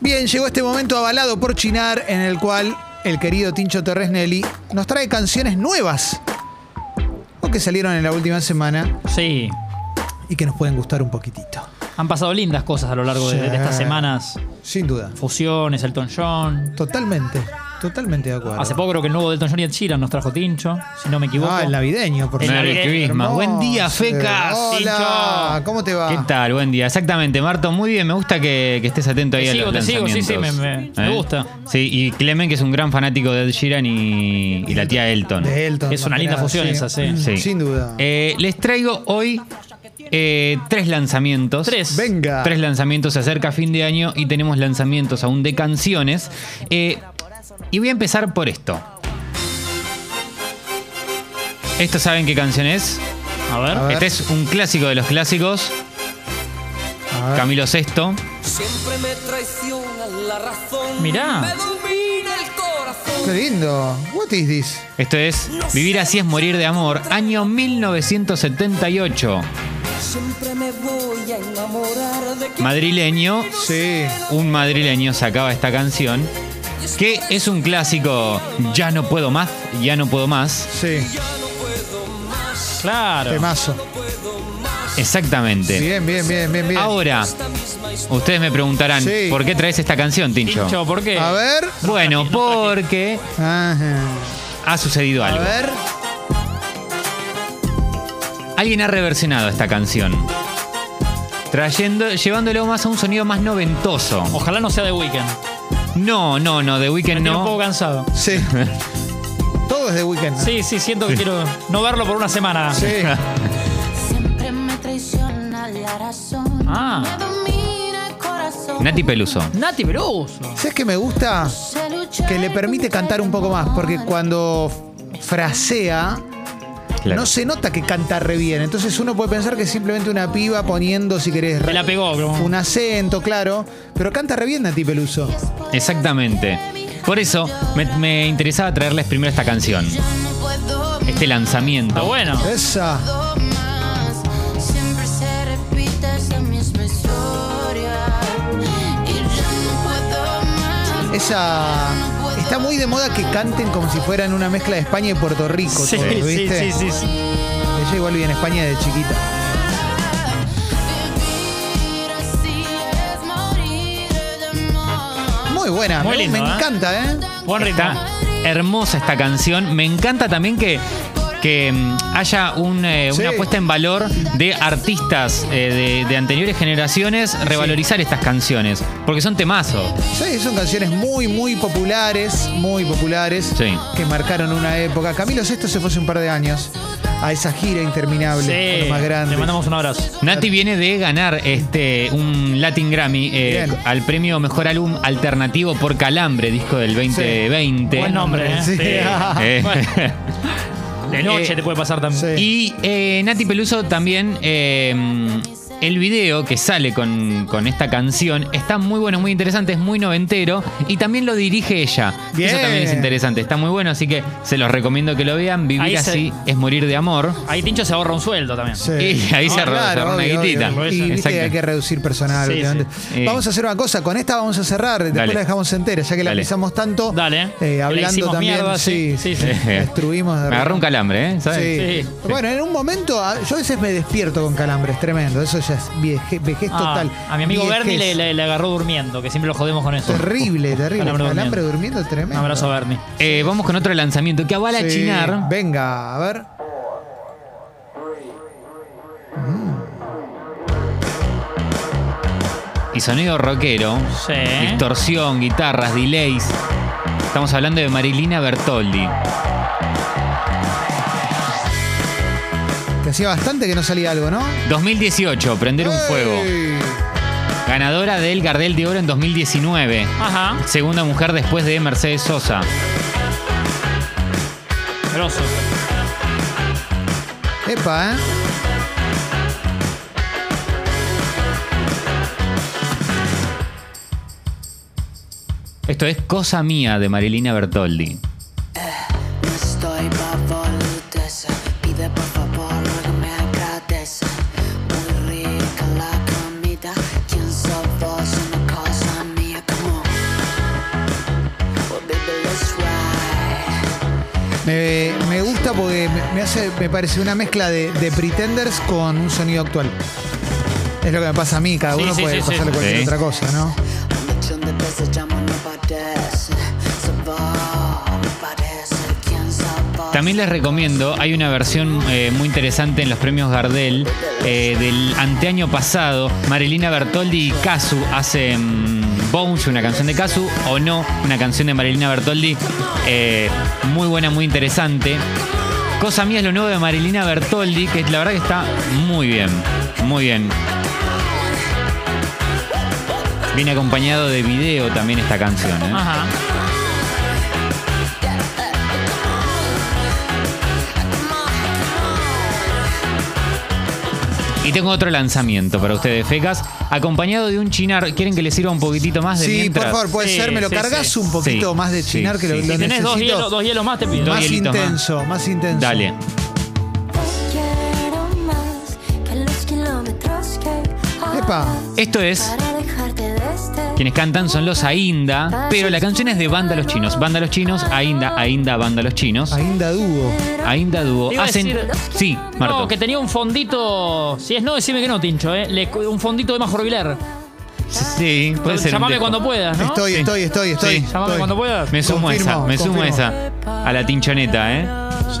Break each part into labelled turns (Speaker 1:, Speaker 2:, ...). Speaker 1: Bien, llegó este momento avalado por Chinar, en el cual el querido Tincho Torres Nelly nos trae canciones nuevas o que salieron en la última semana
Speaker 2: Sí,
Speaker 1: y que nos pueden gustar un poquitito.
Speaker 2: han pasado lindas cosas a lo largo de, de
Speaker 1: Sí.
Speaker 2: estas semanas.
Speaker 1: Sin duda.
Speaker 2: Fusiones, Elton John.
Speaker 1: Totalmente, totalmente de acuerdo.
Speaker 2: Hace poco creo que el nuevo de Elton John y Ed Sheeran nos trajo Tincho, si no me equivoco.
Speaker 1: Ah, el navideño, por
Speaker 2: El
Speaker 1: favor.
Speaker 2: navideño,
Speaker 3: Christmas.
Speaker 2: hermoso.
Speaker 3: Buen día, fecas.
Speaker 1: Hola, Ah, ¿cómo te va?
Speaker 3: ¿Qué tal? Buen día. Exactamente, Marto. Muy bien, me gusta que, que estés atento ahí
Speaker 2: Te
Speaker 3: a
Speaker 2: sigo,
Speaker 3: los
Speaker 2: te sigo, sí,
Speaker 3: lanzamientos. ¿Eh?
Speaker 2: sí, me- me- me gusta.
Speaker 3: Sí, y Clemen, que es un gran fanático de Ed Sheeran y, y la tía Elton.
Speaker 1: De Elton.
Speaker 2: Es una linda
Speaker 1: más que
Speaker 2: fusión
Speaker 1: nada,
Speaker 2: esa, sí.
Speaker 3: Sí.
Speaker 1: Sin duda.
Speaker 3: Eh, les traigo hoy eh, tres lanzamientos.
Speaker 2: Tres.
Speaker 1: Venga.
Speaker 3: Tres lanzamientos, se acerca fin de año y tenemos lanzamientos aún de canciones. Eh, y voy a empezar por esto. ¿Esto saben qué canción es?
Speaker 2: A ver.
Speaker 1: A ver.
Speaker 3: Este es un clásico de los clásicos,
Speaker 1: A ver.
Speaker 3: Camilo VI.
Speaker 4: Siempre me traiciona la razón.
Speaker 2: Mirá.
Speaker 4: Me domina el corazón.
Speaker 1: Qué lindo. What is this?
Speaker 3: Esto es Vivir así es morir de amor, año 1978.
Speaker 4: Siempre me voy a enamorar de que
Speaker 3: Madrileño,
Speaker 1: Sí.
Speaker 3: un madrileño sacaba esta canción, que es un clásico, ya no puedo más, ya no puedo más.
Speaker 1: Sí,
Speaker 2: Claro.
Speaker 1: temazo.
Speaker 3: Exactamente.
Speaker 1: Bien, bien, bien, bien, bien.
Speaker 3: Ahora, ustedes me preguntarán,
Speaker 1: Sí.
Speaker 3: ¿por qué traes esta canción, Tincho?
Speaker 2: Tincho, ¿por qué?
Speaker 1: A ver.
Speaker 3: Bueno, porque
Speaker 1: Ajá.
Speaker 3: ha sucedido
Speaker 1: A
Speaker 3: algo.
Speaker 1: ver.
Speaker 3: Alguien ha reversionado esta canción. Trayendo, llevándolo más a un sonido más noventoso.
Speaker 2: Ojalá no sea de Weekend.
Speaker 3: No, no, no,
Speaker 2: Oh.
Speaker 3: The
Speaker 2: Me
Speaker 3: Weeknd
Speaker 2: tiene un poco
Speaker 3: no.
Speaker 2: cansado.
Speaker 1: Sí. Todo es de weekend.
Speaker 2: Sí, sí, siento que quiero no verlo por una semana.
Speaker 1: Sí.
Speaker 5: Siempre me traiciona la razón.
Speaker 2: Ah.
Speaker 5: Me domina el corazón.
Speaker 3: Nati Peluso.
Speaker 2: Nati Peluso.
Speaker 1: ¿Sabes qué me gusta?
Speaker 5: Se lucha
Speaker 1: Que le permite cantar un poco más, porque cuando frasea,
Speaker 3: Claro.
Speaker 1: no se nota que canta re bien. Entonces uno puede pensar que es simplemente una piba poniendo, si querés,
Speaker 2: Me la pegó, bro.
Speaker 1: un acento, claro. Pero canta re bien Nati Peluso.
Speaker 3: Exactamente. Por eso me, me interesaba traerles primero esta canción,
Speaker 5: Ya no puedo
Speaker 3: este
Speaker 2: Está
Speaker 3: lanzamiento.
Speaker 2: Ah, bueno.
Speaker 1: Esa.
Speaker 5: más. Siempre se repite esa misma historia. Y ya no puedo más.
Speaker 1: Esa. Está muy de moda que canten como si fueran una mezcla de España y Puerto Rico.
Speaker 2: Sí,
Speaker 1: todos,
Speaker 2: sí,
Speaker 1: ¿viste?
Speaker 2: sí, sí, sí.
Speaker 1: Ella igual vive en España de chiquita.
Speaker 5: Vivir así es morir de amor.
Speaker 1: Muy buena.
Speaker 2: Muy
Speaker 1: me-
Speaker 2: lindo,
Speaker 1: me
Speaker 2: ¿eh?
Speaker 1: encanta, ¿eh?
Speaker 2: Buen ritmo.
Speaker 3: Está hermosa esta canción. Me encanta también que, que mm, haya un, eh,
Speaker 1: Sí.
Speaker 3: una puesta en valor de artistas eh, de, de anteriores generaciones revalorizar estas canciones, porque son temazos.
Speaker 1: Sí, son canciones muy, muy populares, muy populares,
Speaker 3: Sí.
Speaker 1: que marcaron una época. Camilo Sesto se fue hace un par de años a esa gira interminable, con los
Speaker 2: Sí.
Speaker 1: más
Speaker 2: Le
Speaker 1: grande.
Speaker 2: mandamos un abrazo.
Speaker 3: Nati viene de ganar este un Latin Grammy eh,
Speaker 1: Bien.
Speaker 3: al premio Mejor Álbum Alternativo por Calambre, disco del 2020.
Speaker 2: Buen nombre, ¿eh?
Speaker 1: Sí.
Speaker 3: Eh,
Speaker 2: Bueno, de noche
Speaker 3: Eh,
Speaker 2: te puede pasar también.
Speaker 1: sí.
Speaker 3: Y eh, Nati Peluso también, eh, el video que sale con, con esta canción está muy bueno, muy interesante, es muy noventero y también lo dirige ella.
Speaker 1: Bien.
Speaker 3: Eso también es interesante, está muy bueno, así que se los recomiendo que lo vean. Vivir
Speaker 2: Ahí se-
Speaker 3: así es morir de amor.
Speaker 2: Ahí Tincho se ahorra un sueldo también.
Speaker 1: Sí.
Speaker 3: Y ahí
Speaker 2: Ah,
Speaker 3: se arro- se
Speaker 1: Claro,
Speaker 3: arro una
Speaker 1: obvio,
Speaker 3: guitita.
Speaker 1: obvio. Y viste que hay
Speaker 3: Exacto.
Speaker 1: que reducir personal.
Speaker 2: Sí,
Speaker 1: últimamente.
Speaker 3: sí. Eh.
Speaker 1: Vamos a hacer una cosa, con esta vamos a cerrar, después
Speaker 3: Dale.
Speaker 1: la dejamos entera, ya que la
Speaker 3: Dale.
Speaker 1: pisamos tanto.
Speaker 2: Dale. Que
Speaker 1: eh,
Speaker 2: le
Speaker 1: hablando
Speaker 2: hicimos
Speaker 1: también,
Speaker 2: mierda, sí, sí, sí.
Speaker 1: la Destruimos. de
Speaker 3: Me agarró un
Speaker 1: repente.
Speaker 3: calambre, ¿eh? ¿Sabes?
Speaker 1: Sí.
Speaker 2: Sí.
Speaker 1: Bueno, en un momento, a- yo a veces me despierto con calambres, tremendo. Eso ya es vieje- vejez
Speaker 2: Ah,
Speaker 1: total.
Speaker 2: A mi amigo
Speaker 1: Viejez.
Speaker 2: Bernie le, le- le agarró durmiendo, que siempre lo jodemos con eso.
Speaker 1: Terrible, terrible.
Speaker 2: Calambre
Speaker 1: Calambre, durmiendo,
Speaker 2: durmiendo. Un
Speaker 1: tremendo.
Speaker 2: abrazo a Bernie.
Speaker 3: Eh, vamos con otro lanzamiento que avala
Speaker 1: Sí.
Speaker 3: Chinar.
Speaker 1: Venga, a ver.
Speaker 3: Y sonido rockero.
Speaker 2: Sí.
Speaker 3: Distorsión, guitarras, delays. Estamos hablando de Marilina Bertoldi.
Speaker 1: Que hacía bastante que no salía algo, ¿no?
Speaker 3: 2018, Prender un
Speaker 1: ¡Ey!
Speaker 3: Fuego. Ganadora del Gardel de Oro en 2019.
Speaker 2: Ajá.
Speaker 3: Segunda mujer después de Mercedes Sosa.
Speaker 2: Grosso.
Speaker 1: Epa, ¿eh?
Speaker 3: Esto es Cosa Mía de Marilina Bertoldi.
Speaker 6: No estoy pa' boludeces. Pide por favor lo que me agradece. Muy rica la comida. ¿Quién sos vos? Una cosa mía como
Speaker 1: Me, me gusta porque me- me hace, me parece una mezcla de, de pretenders con un sonido actual. Es lo que me pasa a mí, cada
Speaker 2: Sí,
Speaker 1: uno
Speaker 2: sí,
Speaker 1: puede
Speaker 2: sí, sí.
Speaker 1: pasarle cualquier
Speaker 3: Sí.
Speaker 1: otra cosa, ¿no?
Speaker 6: millón de veces llaman, no aparecen. Se va, aparecen, quién sabe.
Speaker 3: También les recomiendo, hay una versión eh, muy interesante en los premios Gardel eh, del anteaño pasado. Marilina Bertoldi y Casu hacen Bones, una canción de Casu, o no, una canción de Marilina Bertoldi eh, muy buena, muy interesante. Cosa mía es lo nuevo de Marilina Bertoldi, que la verdad que está muy bien, muy bien. Viene acompañado de video también esta canción. ¿eh?
Speaker 2: Ajá.
Speaker 3: Y tengo otro lanzamiento para ustedes, fecas, acompañado de un chinar. ¿Quieren que les sirva un poquitito más de
Speaker 1: Sí,
Speaker 3: mientras?
Speaker 1: por favor, puede
Speaker 2: Sí,
Speaker 1: ser. Me lo
Speaker 2: sí,
Speaker 1: cargas
Speaker 2: sí.
Speaker 1: un poquito
Speaker 3: Sí,
Speaker 1: más de
Speaker 3: sí,
Speaker 1: chinar que lo,
Speaker 3: sí.
Speaker 1: lo
Speaker 2: Si tenés dos
Speaker 1: necesito.
Speaker 2: hielos, dos hielos más, te pido.
Speaker 3: Dos
Speaker 1: más
Speaker 3: hielitos más.
Speaker 1: intenso, más intenso.
Speaker 3: Dale.
Speaker 7: Pues Quiero más que los kilómetros que
Speaker 1: Epa.
Speaker 3: Esto es.
Speaker 7: para dejarte de este.
Speaker 3: Quienes cantan son los Ainda, pero la canción es de Banda Los Chinos. Banda Los Chinos, Ainda, Ainda, Banda Los Chinos.
Speaker 1: Ainda dúo.
Speaker 3: Ainda dúo.
Speaker 2: Te iba a
Speaker 3: Hacen.
Speaker 2: decir-
Speaker 3: Sí, Marto.
Speaker 2: No, que tenía un fondito. Si es no, decime que no, Tincho, ¿eh? Le- un fondito de Majo Rubilar.
Speaker 3: Sí, puede ser. un
Speaker 2: Llamame
Speaker 3: tejo.
Speaker 2: cuando puedas, ¿no?
Speaker 1: Estoy,
Speaker 3: Sí.
Speaker 1: estoy, estoy, estoy.
Speaker 3: Sí.
Speaker 2: Llamame
Speaker 1: Estoy.
Speaker 2: cuando puedas.
Speaker 3: Me sumo a esa,
Speaker 1: Confirmo,
Speaker 3: me sumo a esa. A la tinchoneta, ¿eh?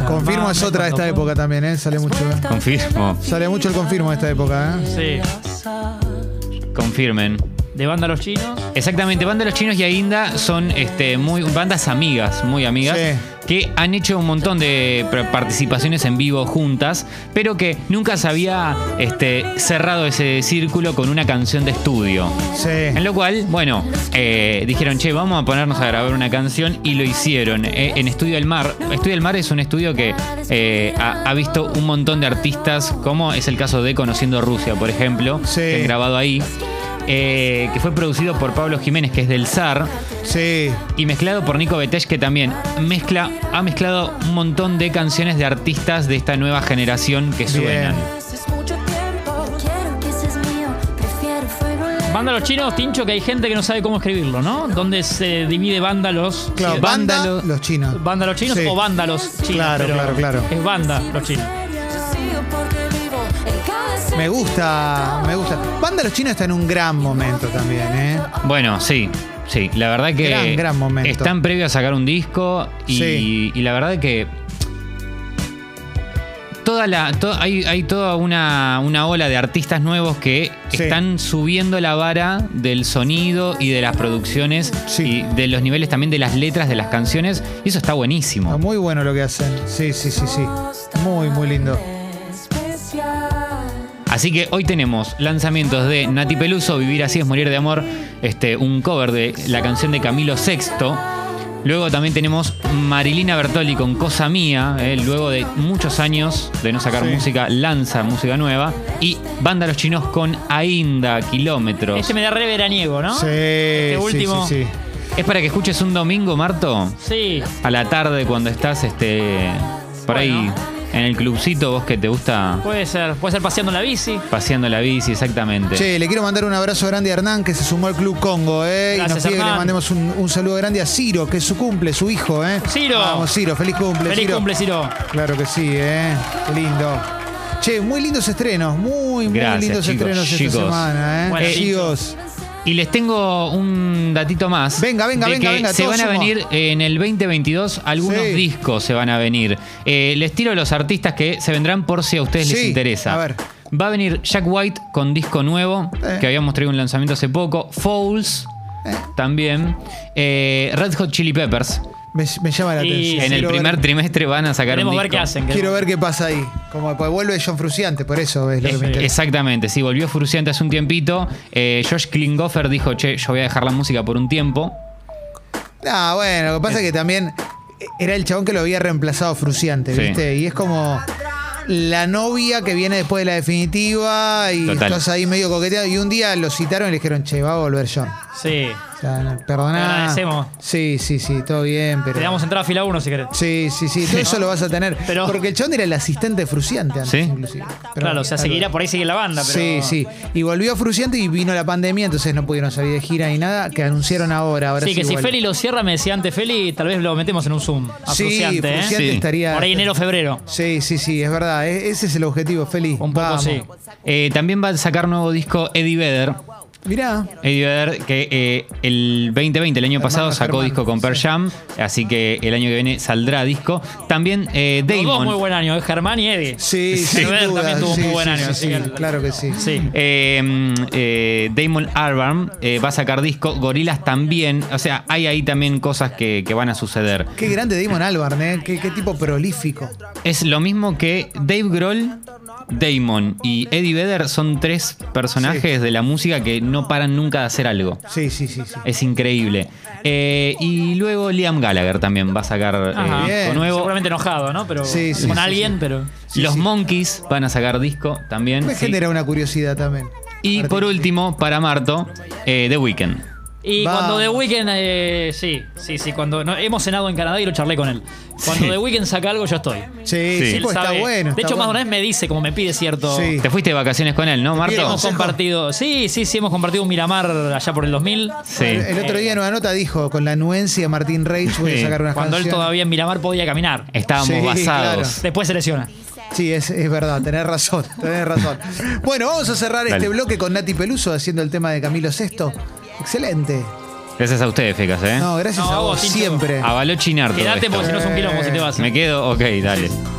Speaker 1: Confirmo es otra de esta
Speaker 2: Llamame
Speaker 1: época también, ¿eh? Sale mucho. ¿eh?
Speaker 3: Confirmo.
Speaker 1: Sale mucho el confirmo de esta época, ¿eh?
Speaker 2: cuando puedas. Sí.
Speaker 3: Confirmen.
Speaker 2: De banda los chinos.
Speaker 3: Exactamente, Banda Los Chinos y Ainda son este, muy bandas amigas, muy amigas,
Speaker 1: Sí.
Speaker 3: que han hecho un montón de pr- participaciones en vivo juntas, pero que nunca se había este, cerrado ese círculo con una canción de estudio. En
Speaker 1: Sí.
Speaker 3: lo cual, bueno, eh, dijeron, che, vamos a ponernos a grabar una canción y lo hicieron eh, en Estudio del Mar. Estudio del Mar es un estudio que eh, ha, ha visto un montón de artistas, como es el caso de Conociendo Rusia, por ejemplo,
Speaker 1: Sí.
Speaker 3: que han grabado ahí, eh, que fue producido por Pablo Jiménez, que es del SAR,
Speaker 1: Sí.
Speaker 3: y mezclado por Nico Betech, que también mezcla, ha mezclado un montón de canciones de artistas de esta nueva generación que suenan.
Speaker 7: Es mucho tiempo. Quiero que seas mío. Prefiero fuego lento.
Speaker 2: Banda los chinos, Tincho, que hay gente que no sabe cómo escribirlo, ¿no? Donde se divide banda los.
Speaker 1: Claro,
Speaker 2: sí,
Speaker 1: banda,
Speaker 2: vándalo-
Speaker 1: los chinos.
Speaker 2: Banda los chinos
Speaker 1: Ah. Sí.
Speaker 2: o banda los chinos.
Speaker 1: Claro,
Speaker 2: pero
Speaker 1: claro, claro.
Speaker 2: Es banda los chinos.
Speaker 7: Yo sigo porque vivo en cada
Speaker 1: Me gusta, me gusta. Banda Los Chinos está en un gran momento también, ¿eh?
Speaker 3: Bueno, sí, sí. La verdad que
Speaker 1: Gran, gran momento.
Speaker 3: están previo a sacar un disco y,
Speaker 1: Sí.
Speaker 3: y la verdad que toda la to- hay, hay toda una, una ola de artistas nuevos que
Speaker 1: Sí.
Speaker 3: están subiendo la vara del sonido y de las producciones
Speaker 1: Sí.
Speaker 3: y de los niveles también de las letras de las canciones y eso está buenísimo.
Speaker 1: Está muy bueno lo que hacen. Sí, sí, sí, sí. Muy, muy lindo.
Speaker 7: especial.
Speaker 3: Así que hoy tenemos lanzamientos de Nati Peluso, Vivir así es morir de amor, este, un cover de la canción de Camilo VI. Luego también tenemos Marilina Bertoli con Cosa Mía, eh, luego de muchos años de no sacar
Speaker 1: Sí.
Speaker 3: música, lanza música nueva. Y Banda Los Chinos con Ainda Kilómetros.
Speaker 2: Este me da re veraniego, ¿no? Este
Speaker 1: Sí,
Speaker 2: último.
Speaker 1: sí, sí,
Speaker 3: ¿Es para que escuches un domingo, Marto?
Speaker 2: Sí.
Speaker 3: A la tarde cuando estás este, por ahí
Speaker 2: Bueno.
Speaker 3: en el clubcito, vos que te gusta
Speaker 2: Puede ser. Puede ser paseando en la bici.
Speaker 3: paseando la bici, exactamente.
Speaker 1: sí. Che, le quiero mandar un abrazo grande a Hernán, que se sumó al Club Congo, ¿eh? y nos
Speaker 2: Gracias,
Speaker 1: pide que le
Speaker 2: Hernán.
Speaker 1: mandemos un, un saludo grande a Ciro, que es su cumple, su hijo, ¿eh?
Speaker 2: Ciro.
Speaker 1: Vamos, Ciro, feliz cumple.
Speaker 2: Feliz
Speaker 1: Ciro.
Speaker 2: cumple, Ciro.
Speaker 1: Claro que sí, ¿eh? Qué lindo. Che, muy lindos estrenos, muy, muy
Speaker 3: Gracias,
Speaker 1: lindos
Speaker 3: chicos,
Speaker 1: estrenos
Speaker 3: chicos.
Speaker 1: esta semana, ¿eh?
Speaker 2: Bueno,
Speaker 1: Eh,
Speaker 2: chicos.
Speaker 1: chicos.
Speaker 3: Y les tengo un datito más.
Speaker 1: Venga, venga,
Speaker 3: de
Speaker 1: venga,
Speaker 3: que
Speaker 1: venga,
Speaker 3: Se
Speaker 1: todos
Speaker 3: van a
Speaker 1: sumo.
Speaker 3: venir eh, en el 2022 algunos
Speaker 1: Sí.
Speaker 3: discos se van a venir. Eh, les tiro los artistas que se vendrán por si a ustedes les
Speaker 1: Sí,
Speaker 3: interesa.
Speaker 1: a ver.
Speaker 3: Va a venir Jack White con disco nuevo,
Speaker 1: Eh.
Speaker 3: que habíamos traído un lanzamiento hace poco. Fouls también. Eh, Red Hot Chili Peppers.
Speaker 1: Me, me llama la
Speaker 2: Y
Speaker 1: atención.
Speaker 3: en el
Speaker 1: Quiero ver-
Speaker 3: primer trimestre van a sacar
Speaker 2: Queremos
Speaker 3: un
Speaker 2: ver
Speaker 3: disco.
Speaker 2: qué hacen.
Speaker 1: Quiero ver qué pasa ahí. Como pues, vuelve John Fruciante, por eso es lo que me
Speaker 2: Eh,
Speaker 1: interesa.
Speaker 3: Exactamente, sí, volvió Fruciante hace un tiempito. Eh, Josh Klinghoffer dijo, che, yo voy a dejar la música por un tiempo.
Speaker 1: Ah, bueno, lo que pasa
Speaker 2: Eh.
Speaker 1: es que también era el chabón que lo había reemplazado Fruciante,
Speaker 3: Sí.
Speaker 1: ¿viste? Y es como la novia que viene después de la definitiva y
Speaker 3: Total.
Speaker 1: estás ahí medio coqueteado. Y un día lo citaron y le dijeron, che, va a volver John.
Speaker 2: Sí.
Speaker 1: O sea, no, perdoná.
Speaker 2: Te agradecemos.
Speaker 1: Sí, sí, sí, todo bien, pero.
Speaker 2: Te damos entrada a fila 1 si querés.
Speaker 1: Sí, sí, sí, todo eso lo vas a tener.
Speaker 2: Pero-
Speaker 1: Porque el chabón era el asistente de Fruciante antes,
Speaker 3: Sí.
Speaker 1: inclusive. Pero
Speaker 2: claro,
Speaker 1: bueno,
Speaker 2: o sea,
Speaker 1: algo-
Speaker 2: seguirá por ahí sigue la banda, pero.
Speaker 1: Sí, sí. Y volvió Fruciante y vino la pandemia, entonces no pudieron salir de gira ni nada, que anunciaron ahora. ahora
Speaker 2: Sí, que si
Speaker 1: vuelve.
Speaker 2: Feli lo cierra, me decía antes Feli, tal vez lo metemos en un Zoom. A
Speaker 1: Sí,
Speaker 2: Fruciante, ¿eh?
Speaker 1: Fruciante
Speaker 3: Sí.
Speaker 1: estaría. este.
Speaker 2: Por ahí enero, febrero.
Speaker 1: Sí, sí, sí, es verdad. E- ese es el objetivo, Feli.
Speaker 2: Un poco
Speaker 1: Vamos.
Speaker 2: sí.
Speaker 3: Eh, también va a sacar nuevo disco Eddie Vedder.
Speaker 1: Mirá.
Speaker 3: Eddie Vedder, que eh, el 2020, el año pasado, sacó
Speaker 1: Germán.
Speaker 3: disco con Pearl Jam, así que el año que viene saldrá disco. También eh,
Speaker 2: Los dos
Speaker 3: Damon.
Speaker 2: muy buen año, ¿eh? Germán y Eddie.
Speaker 1: Sí,
Speaker 2: Sí.
Speaker 1: sin
Speaker 2: Federer
Speaker 1: duda.
Speaker 2: también tuvo
Speaker 1: Sí,
Speaker 2: muy buen
Speaker 1: sí,
Speaker 2: año,
Speaker 1: sí,
Speaker 2: así
Speaker 1: sí,
Speaker 2: que-
Speaker 1: claro que sí.
Speaker 2: Sí.
Speaker 3: Eh, mm, eh, Damon Albarn eh, va a sacar disco, Gorilas también, o sea, hay ahí también cosas que, que van a suceder.
Speaker 1: Qué grande Damon Albarn, ¿eh? Qué, qué tipo prolífico.
Speaker 3: Es lo mismo que Dave Grohl, Damon y Eddie Vedder son tres personajes de la música que no paran nunca de hacer algo.
Speaker 1: Sí, sí, sí. sí.
Speaker 3: Es increíble. Eh, y luego Liam Gallagher también va a sacar eh,
Speaker 2: Ajá.
Speaker 3: disco
Speaker 1: Bien.
Speaker 3: nuevo.
Speaker 2: Seguramente enojado, ¿no? Pero
Speaker 1: Sí, sí,
Speaker 2: con
Speaker 1: sí,
Speaker 2: alguien,
Speaker 1: sí.
Speaker 2: pero.
Speaker 3: Los Monkeys van a sacar disco también.
Speaker 1: Me
Speaker 3: sí.
Speaker 1: genera una curiosidad también.
Speaker 3: Y por último, para Marto, eh, The Weeknd.
Speaker 2: Y
Speaker 1: Vamos.
Speaker 2: cuando The Weeknd, eh, sí, sí, sí, cuando no, hemos cenado en Canadá y lo charlé con él. Cuando
Speaker 3: Sí.
Speaker 2: The Weeknd saca algo, yo estoy.
Speaker 1: Sí, sí,
Speaker 3: Sí.
Speaker 2: Él
Speaker 1: pues está
Speaker 2: sabe.
Speaker 1: bueno. está
Speaker 2: De hecho, más de
Speaker 1: bueno.
Speaker 2: una vez me dice, como me pide cierto.
Speaker 1: Sí.
Speaker 3: Te fuiste de vacaciones con él, ¿no, Marto?
Speaker 2: Hemos
Speaker 1: Consejo.
Speaker 2: compartido. Sí, sí, sí, hemos compartido un Miramar allá por el 2000.
Speaker 3: Sí.
Speaker 1: El, el otro día en una nota dijo, con la anuencia de Martín Reich voy a
Speaker 3: Sí.
Speaker 1: sacar unas
Speaker 2: Cuando él
Speaker 1: canciones.
Speaker 2: todavía en Miramar podía caminar.
Speaker 3: Estábamos
Speaker 1: Sí,
Speaker 3: basados.
Speaker 2: Después se lesiona.
Speaker 1: Sí, es, es verdad, tenés razón, tenés razón. Bueno, vamos a cerrar
Speaker 3: Dale.
Speaker 1: este bloque con Nati Peluso haciendo el tema de Camilo VI. Excelente.
Speaker 3: Gracias a ustedes, Fecas, ¿eh?
Speaker 1: No, gracias
Speaker 2: No,
Speaker 1: a
Speaker 2: a
Speaker 1: vos,
Speaker 2: vos, Tincho.
Speaker 1: siempre.
Speaker 3: Avaló chinar todo
Speaker 2: Quédate
Speaker 3: esto.
Speaker 2: porque si no es un quilombo si te vas.
Speaker 3: Me quedo, ok, dale.